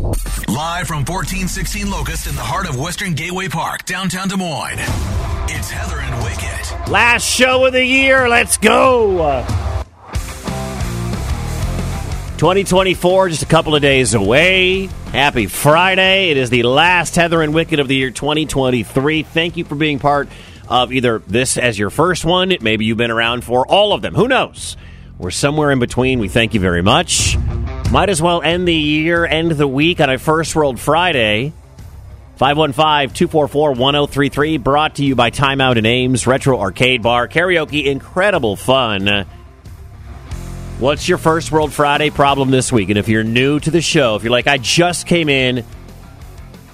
Live from 1416 Locust in the heart of Western Gateway Park, downtown Des Moines. It's Heather and Wicket. Last show of the year. Let's go. 2024, just a couple of days away. Happy Friday. It is the last Heather and Wicket of the year 2023. Thank you for being part of either this as your first one. Maybe you've been around for all of them. Who knows? We're somewhere in between. We thank you very much. Might as well end the year, end the week on a First World Friday. 515-244-1033 brought to you by Timeout and Ames Retro Arcade Bar karaoke incredible fun What's your first World Friday problem this week? And if you're new to the show, if you're like I just came in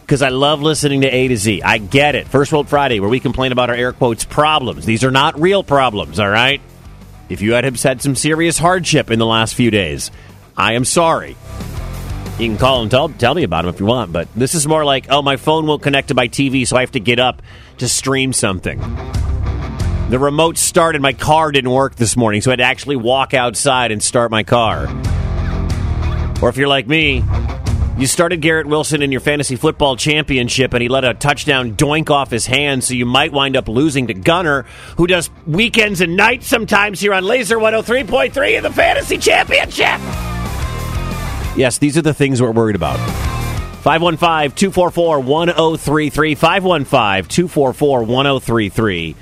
cuz I love listening to A to Z. I get it. First World Friday where we complain about our air quotes problems. These are not real problems, all right? If you had have had some serious hardship in the last few days, I am sorry. You can call and tell, tell me about them if you want, but this is more like, oh, my phone won't connect to my TV, so I have to get up to stream something. The remote start in my car didn't work this morning, so I had to actually walk outside and start my car. Or if you're like me, you started Garrett Wilson in your fantasy football championship and he let a touchdown doink off his hand, so you might wind up losing to Gunner, who does weekends and nights sometimes here on Laser 103.3 in the fantasy championship. Yes, these are the things we're worried about. 515 244 1033. 515 244 1033.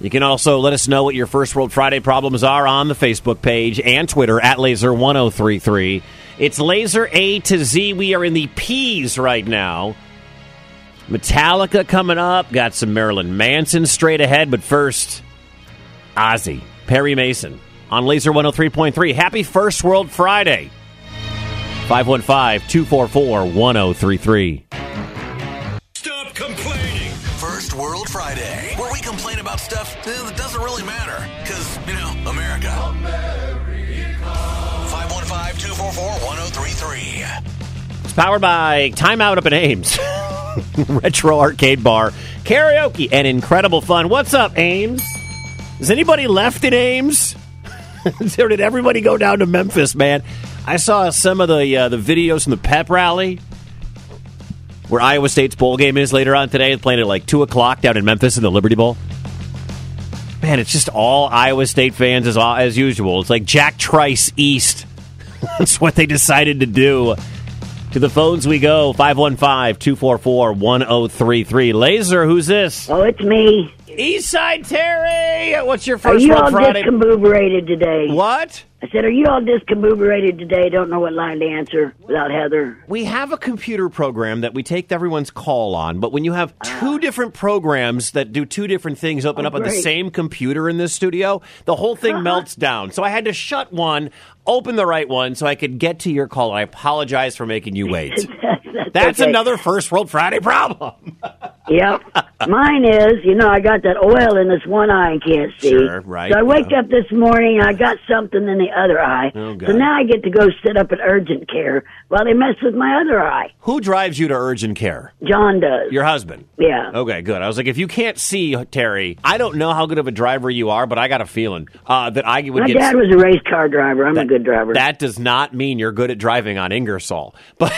You can also let us know what your First World Friday problems are on the Facebook page and Twitter at Laser1033. It's Laser A to Z. We are in the P's right now. Metallica coming up. Got some Marilyn Manson straight ahead. But first, Ozzy, Perry Mason on Laser 103.3. Happy First World Friday. 515 244 1033. Stop complaining. First World Friday, where we complain about stuff eh, that doesn't really matter. Because, you know, America. 515 244 1033. It's powered by Timeout Up in Ames, Retro Arcade Bar, karaoke, and incredible fun. What's up, Ames? Is anybody left in Ames? Or did everybody go down to Memphis, man? I saw some of the uh, the videos from the pep rally where Iowa State's bowl game is later on today, playing at like two o'clock down in Memphis in the Liberty Bowl. Man, it's just all Iowa State fans as as usual. It's like Jack Trice East. That's what they decided to do. To the phones we go 515 244 1033. Laser, who's this? Oh, it's me. Eastside Terry! What's your Are first you World all Friday? discombobulated today? what? I said, are you all discombobulated today? Don't know what line to answer without Heather. We have a computer program that we take everyone's call on, but when you have two different programs that do two different things open up on the Ah. Oh, great. Uh-huh. same computer in this studio, the whole thing melts down. So I had to shut one, open the right one, so I could get to your call. I apologize for making you wait. That's okay. another First World Friday problem. Yep. Mine is, you know, I got that oil in this one eye and can't see. Sure, right, So I wake yeah. up this morning, I got something in the other eye. Oh, God. so now I get to go sit up at urgent care while they mess with my other eye. Who drives you to urgent care? John does. Your husband. yeah. Okay, good. I was like, if you can't see Terry, I don't know how good of a driver you are, but I got a feeling uh, that I would My get. dad was a race car driver. I'm a good driver. that does not mean you're good at driving on Ingersoll, but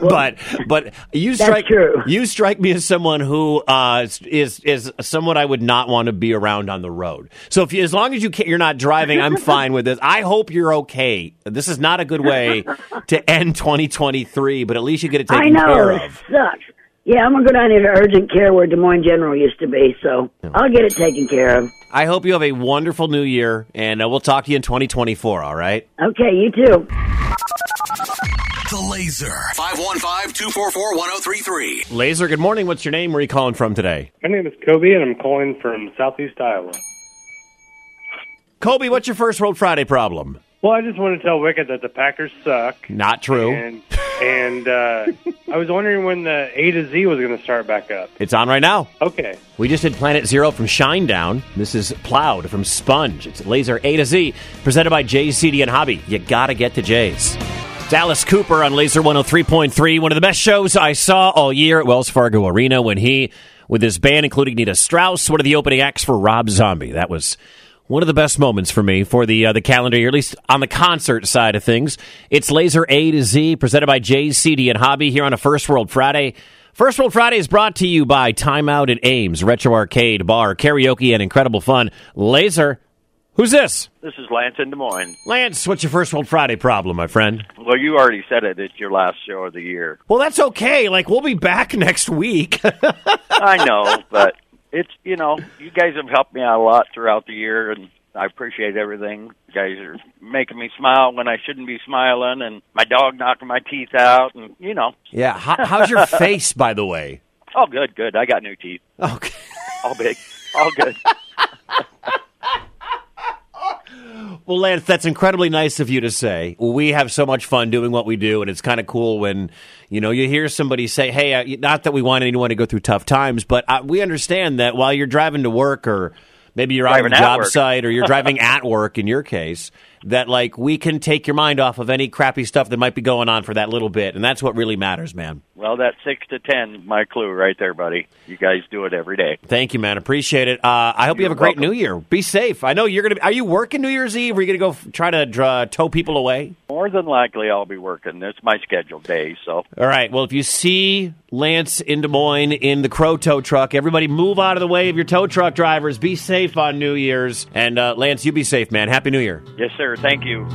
but but you strike true. you strike me as someone who uh, is- is is someone I would not want to be around on the road. So if you, as long as you can, you're not driving, I'm fine with this. I hope you're okay. This is not a good way to end 2023, but at least you get it I taken know. care It of. sucks. Yeah, I'm going to go down here to urgent care where Des Moines General used to be, so I'll get it taken care of. I hope you have a wonderful new year, and uh, we'll talk to you in 2024. All right. Okay, you too. The Laser. 515 244 1033. Laser, good morning. What's your name? Where are you calling from today? My name is Kobe, and I'm calling from Southeast Iowa. Kobe, what's your first World Friday problem? Well, I just want to tell Wicket that the Packers suck, Not true. and and uh, I was wondering when the A to Z was going to start back up. It's on right now. Okay, We just did Planet Zero from Shinedown. This is Plowed from Sponge. It's Laser A to Z, presented by Jay's CD and Hobby. You gotta get to Jay's. Dallas Cooper on Laser 103.3, one of the best shows I saw all year at Wells Fargo Arena when he, with his band, including Nita Strauss, one of the opening acts for Rob Zombie. That was one of the best moments for me for the uh, the calendar year, at least on the concert side of things. It's Laser A to Z, presented by Jay's CD and Hobby here on a First World Friday. First World Friday is brought to you by Time Out at Ames, Retro Arcade, Bar, Karaoke, and Incredible Fun. Laser, who's this? This is Lance in Des Moines. Lance, what's your First World Friday problem, my friend? Well, you already said it. It's your last show of the year. Well, that's okay. Like, we'll be back next week. I know, but it's you know, you guys have helped me out a lot throughout the year, and I appreciate everything. You guys are making me smile when I shouldn't be smiling, and my dog knocking my teeth out, and you know, yeah. How, how's your face, by the way? oh, good, good. I got new teeth, Okay. all big, all good. Well, Lance, that's incredibly nice of you to say. We have so much fun doing what we do, and it's kind of cool when you know you hear somebody say, "Hey, uh, not that we want anyone to go through tough times, but uh we understand that while you're driving to work or." Maybe you're on Driving a at job work. site or you're driving at work in your case, that like we can take your mind off of any crappy stuff that might be going on for that little bit. And that's what really matters, man. Well, that six to ten, my clue right there, buddy. You guys do it every day. Thank you, man. Appreciate it. Uh, I hope you You're have a great New welcome. Year. Be safe. I know you're going to. Are you working New Year's Eve? Or are you going to go f- try to dra- tow people away? More than likely, I'll be working. It's my scheduled day, so All right. Well, if you see Lance in Des Moines in the Crow tow truck, everybody move out of the way of your tow truck drivers. Be safe on New Year's. And uh, Lance, you be safe, man. Happy New Year. yes, sir. Thank you.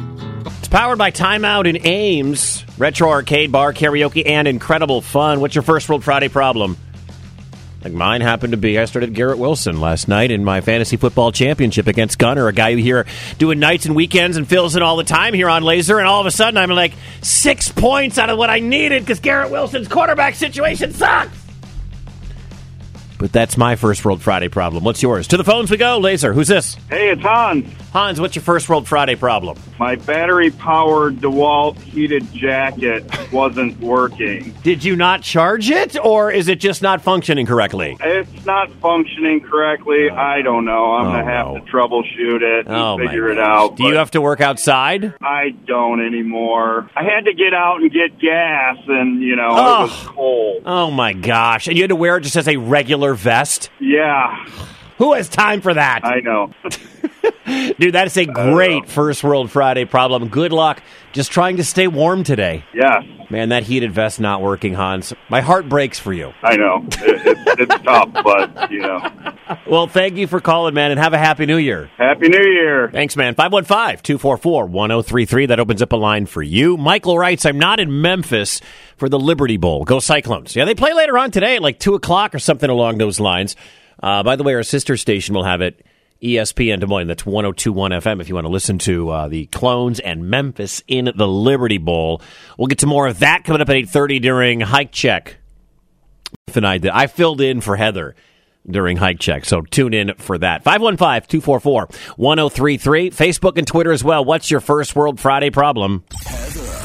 It's powered by Time Out in Ames, Retro Arcade Bar, Karaoke, and Incredible Fun. What's your first World Friday problem? Like mine happened to be, I started Garrett Wilson last night in my fantasy football championship against Gunner, a guy who here doing nights and weekends and fills in all the time here on Laser. And all of a sudden, I'm like six points out of what I needed because Garrett Wilson's quarterback situation sucks. But that's my first World Friday problem. What's yours? To the phones we go. Laser, who's this? Hey, it's Hans. Hans, what's your first World Friday problem? My battery powered DeWalt heated jacket wasn't working. Did you not charge it, or is it just not functioning correctly? It's not functioning correctly. I don't know. I'm Oh, going to have no. to troubleshoot it and Oh my figure it gosh. out. Do you but have to work outside? I don't anymore. I had to get out and get gas, and, you know, it was Ugh. cold. Oh my gosh! And you had to wear it just as a regular vest. Yeah, Who has time for that, I know. dude? That is a great first World Friday problem. Good luck. Just trying to stay warm today, yes, man. That heated vest not working, Hans. My heart breaks for you. I know. It, it's it's tough, but, you know. Well, thank you for calling, man, and have a happy New Year. Happy New Year. Thanks, man. 515 244 1033. That opens up a line for you. Michael writes, I'm not in Memphis for the Liberty Bowl. Go Cyclones. Yeah, they play later on today at like 2 o'clock or something along those lines. Uh, by the way, our sister station will have it, E ESPN Des Moines. That's 1021 FM if you want to listen to uh, the Clones and Memphis in the Liberty Bowl. We'll get to more of that coming up at 830 during Hike Check and I did. I filled in for Heather during hike check, so tune in for that. 515-244-1033. Facebook and Twitter as well. What's your first World Friday problem?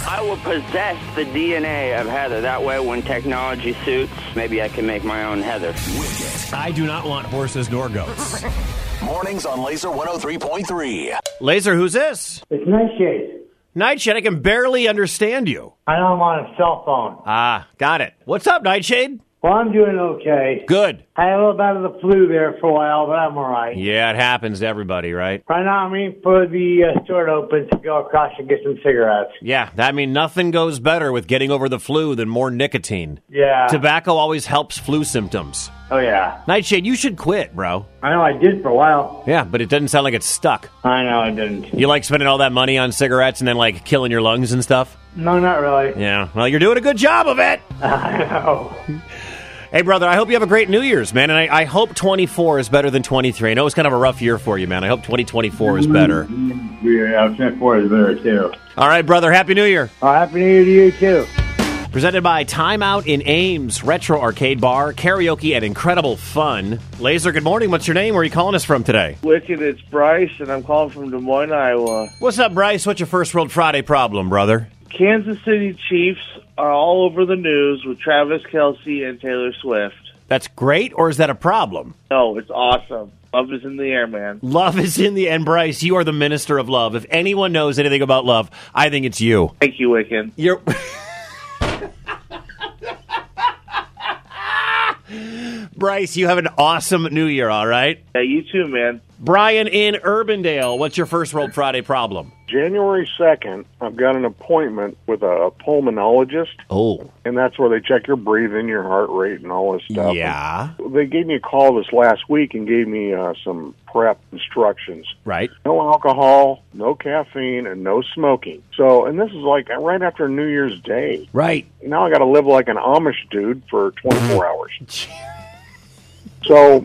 I will possess the DNA of Heather. That way, when technology suits, maybe I can make my own Heather. I do not want horses nor goats. Mornings on Laser 103.3. Laser, who's this? It's nightshade. Nightshade, I can barely understand you. I know I'm on a cell phone. Ah, got it. What's up, Nightshade? Well, I'm doing okay. Good. I had a little bit of the flu there for a while, but I'm all right. Yeah, it happens to everybody, right? Right now, I'm waiting for the uh, store to open to go across and get some cigarettes. Yeah, I mean, nothing goes better with getting over the flu than more nicotine. Yeah. Tobacco always helps flu symptoms. Oh, yeah. Nightshade, you should quit, bro. I know I did for a while. Yeah, but it doesn't sound like it's stuck. I know I didn't. You like spending all that money on cigarettes and then like killing your lungs and stuff? No, not really. Yeah. Well, you're doing a good job of it. I know. Hey, brother, I hope you have a great New Year's, man. And I, I hope 24 is better than 23. I know it's kind of a rough year for you, man. I hope 2024 is better. Yeah, I'm sent for is better, too. All right, brother, Happy New Year. Oh, happy New Year to you, too. Presented by Time Out in Ames, Retro Arcade Bar, Karaoke, and Incredible Fun. Laser, good morning. What's your name? Where are you calling us from today? Wicked, it's Bryce, and I'm calling from Des Moines, Iowa. What's up, Bryce? What's your first World Friday problem, brother? Kansas City Chiefs are all over the news with Travis Kelsey and Taylor Swift. That's great, or is that a problem? No, it's awesome. Love is in the air, man. Love is in the end, Bryce. You are the minister of love. If anyone knows anything about love, I think it's you. Thank you, Wicked. You're. Bryce, you have an awesome new year, all right? Yeah, you too, man. Brian in Urbandale, what's your first World Friday problem? January 2nd, I've got an appointment with a pulmonologist. Oh. And that's where they check your breathing, your heart rate, and all this stuff. Yeah. And they gave me a call this last week and gave me uh, some prep instructions. Right. No alcohol, no caffeine, and no smoking. So, and this is like right after New Year's Day. Right. Now I got to live like an Amish dude for 24 hours. so,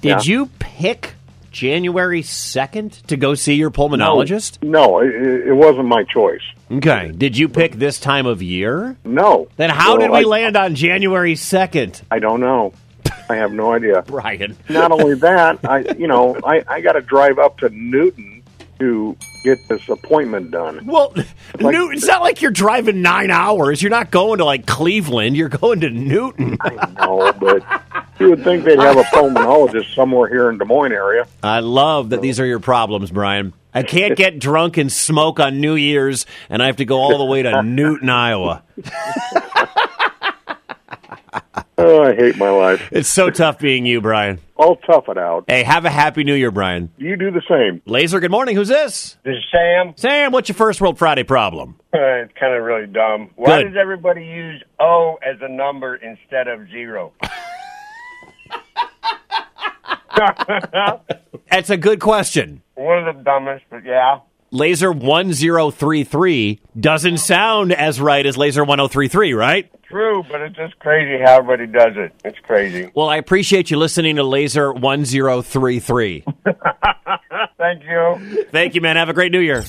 Did you pick January 2nd to go see your pulmonologist? no, it, it wasn't my choice. Okay. Did you pick this time of year? No. Then how So did we I- land on January 2nd? I don't know. I have no idea. Brian. Not only that, I you know I I got to drive up to Newton to get this appointment done. Well, Newton, it's not like you're driving nine hours. You're not going to like Cleveland. You're going to Newton. No, but you would think they'd have a pulmonologist somewhere here in Des Moines area. I love that these are your problems, Brian. I can't get drunk and smoke on New Year's, and I have to go all the way to Newton, Iowa. Oh, I hate my life. It's so tough being you, Brian. I'll tough it out. Hey, have a happy New Year, Brian. You do the same. Laser, good morning. Who's this? This is Sam. Sam, what's your first World Friday problem? Uh, it's kind of really dumb. Why Good. does everybody use O as a number instead of zero? That's a good question. One of the dumbest, but yeah. Laser 1033 doesn't sound as right as Laser 1033, right? True, but it's just crazy how everybody does it. It's crazy. Well, I appreciate you listening to Laser 1033. Thank you. Thank you, man. Have a great New Year.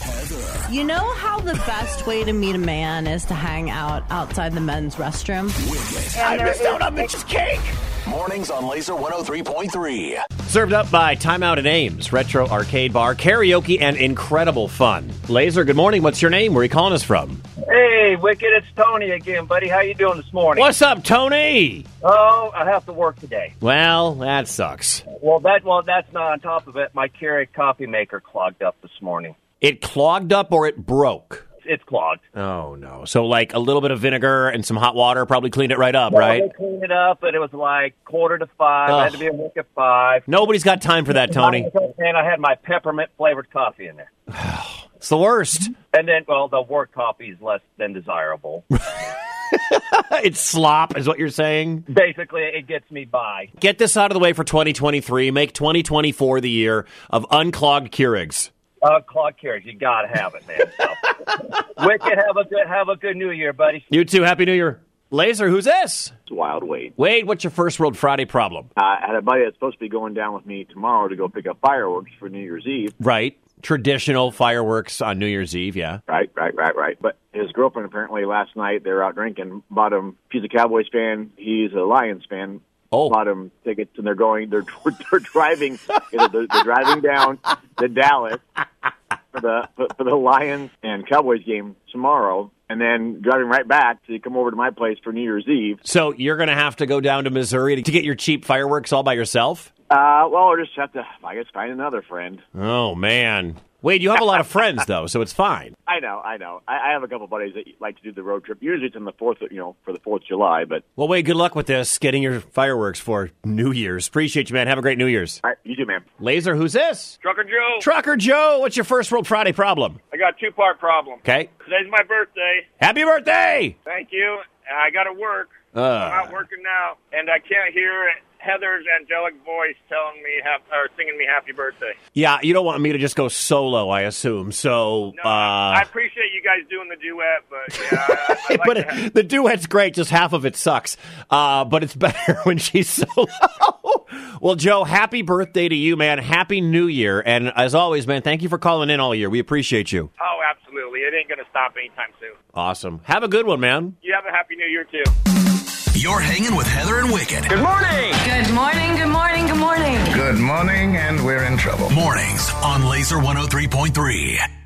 You know how the best way to meet a man is to hang out outside the men's restroom? I missed out on Mitch's cake. Mornings on Laser 103.3. Served up by Time Out at Ames, Retro Arcade Bar, karaoke, and incredible fun. Laser, good morning. What's your name? Where are you calling us from? Hey, Wicked, it's Tony again, buddy. How you doing this morning? What's up, Tony? Oh, I have to work today. Well, that sucks. Well, that well, that's not on top of it. My Keurig coffee maker clogged up this morning. It clogged up or it broke? It's clogged. Oh, no. So, like a little bit of vinegar and some hot water probably cleaned it right up, Well, right? they cleaned it up, but it was like quarter to five. I had to be awake at five. Nobody's got time for that, Tony. And I had my peppermint flavored coffee in there. It's the worst. And then, well, the work coffee is less than desirable. it's slop, is what you're saying. Basically, it gets me by. Get this out of the way for 2023. Make 2024 the year of unclogged Keurigs. Uh, clogged Keurig, you gotta have it, man. So. Wicked, have a good have a good New Year, buddy. You too. Happy New Year. Laser, who's this? It's Wild Wade. Wade, what's your first World Friday problem? Uh, I had a buddy that's supposed to be going down with me tomorrow to go pick up fireworks for New Year's Eve. Right. Traditional fireworks on New Year's Eve, yeah. Right, right, right, right. But his girlfriend apparently last night they were out drinking. Bought him. She's a Cowboys fan. He's a Lions fan. Oh. Bought him tickets, and they're going. They're they're driving. they're, they're driving down to Dallas for the for, for the Lions and Cowboys game tomorrow, and then driving right back to come over to my place for New Year's Eve. So you're going to have to go down to Missouri to, to get your cheap fireworks all by yourself? Uh, well, we'll just have to, I guess, find another friend. Oh, man. Wade, you have a lot of friends, though, so it's fine. I know, I know. I, I have a couple buddies that like to do the road trip. Usually it's on the fourth, you know, for the Fourth of July. But Well, Wade, good luck with this, getting your fireworks for New Year's. Appreciate you, man. Have a great New Year's. all right, you do, man. Laser, who's this? Trucker Joe, Trucker Joe, what's your first World Friday problem? I got a two part problem. Okay. Today's my birthday. Happy birthday! Thank you. And I got to work. I'm Uh, out working now, and I can't hear Heather's angelic voice telling me hap- or singing me happy birthday. yeah, you don't want me to just go solo, I assume. So, uh, I appreciate you guys doing the duet, but yeah, I, I like but to have- the duet's great. Just half of it sucks. Uh, but it's better when she's solo. well, Joe, happy birthday to you, man. Happy New Year. And as always, man, thank you for calling in all year. We appreciate you. oh, absolutely. It ain't gonna stop anytime soon. Awesome. Have a good one, man. You have a happy New Year too. You're hanging with Heather and Wicked. Good morning. Good morning, good morning, good morning. oh Good morning, and we're in trouble. Mornings on Laser 103.3.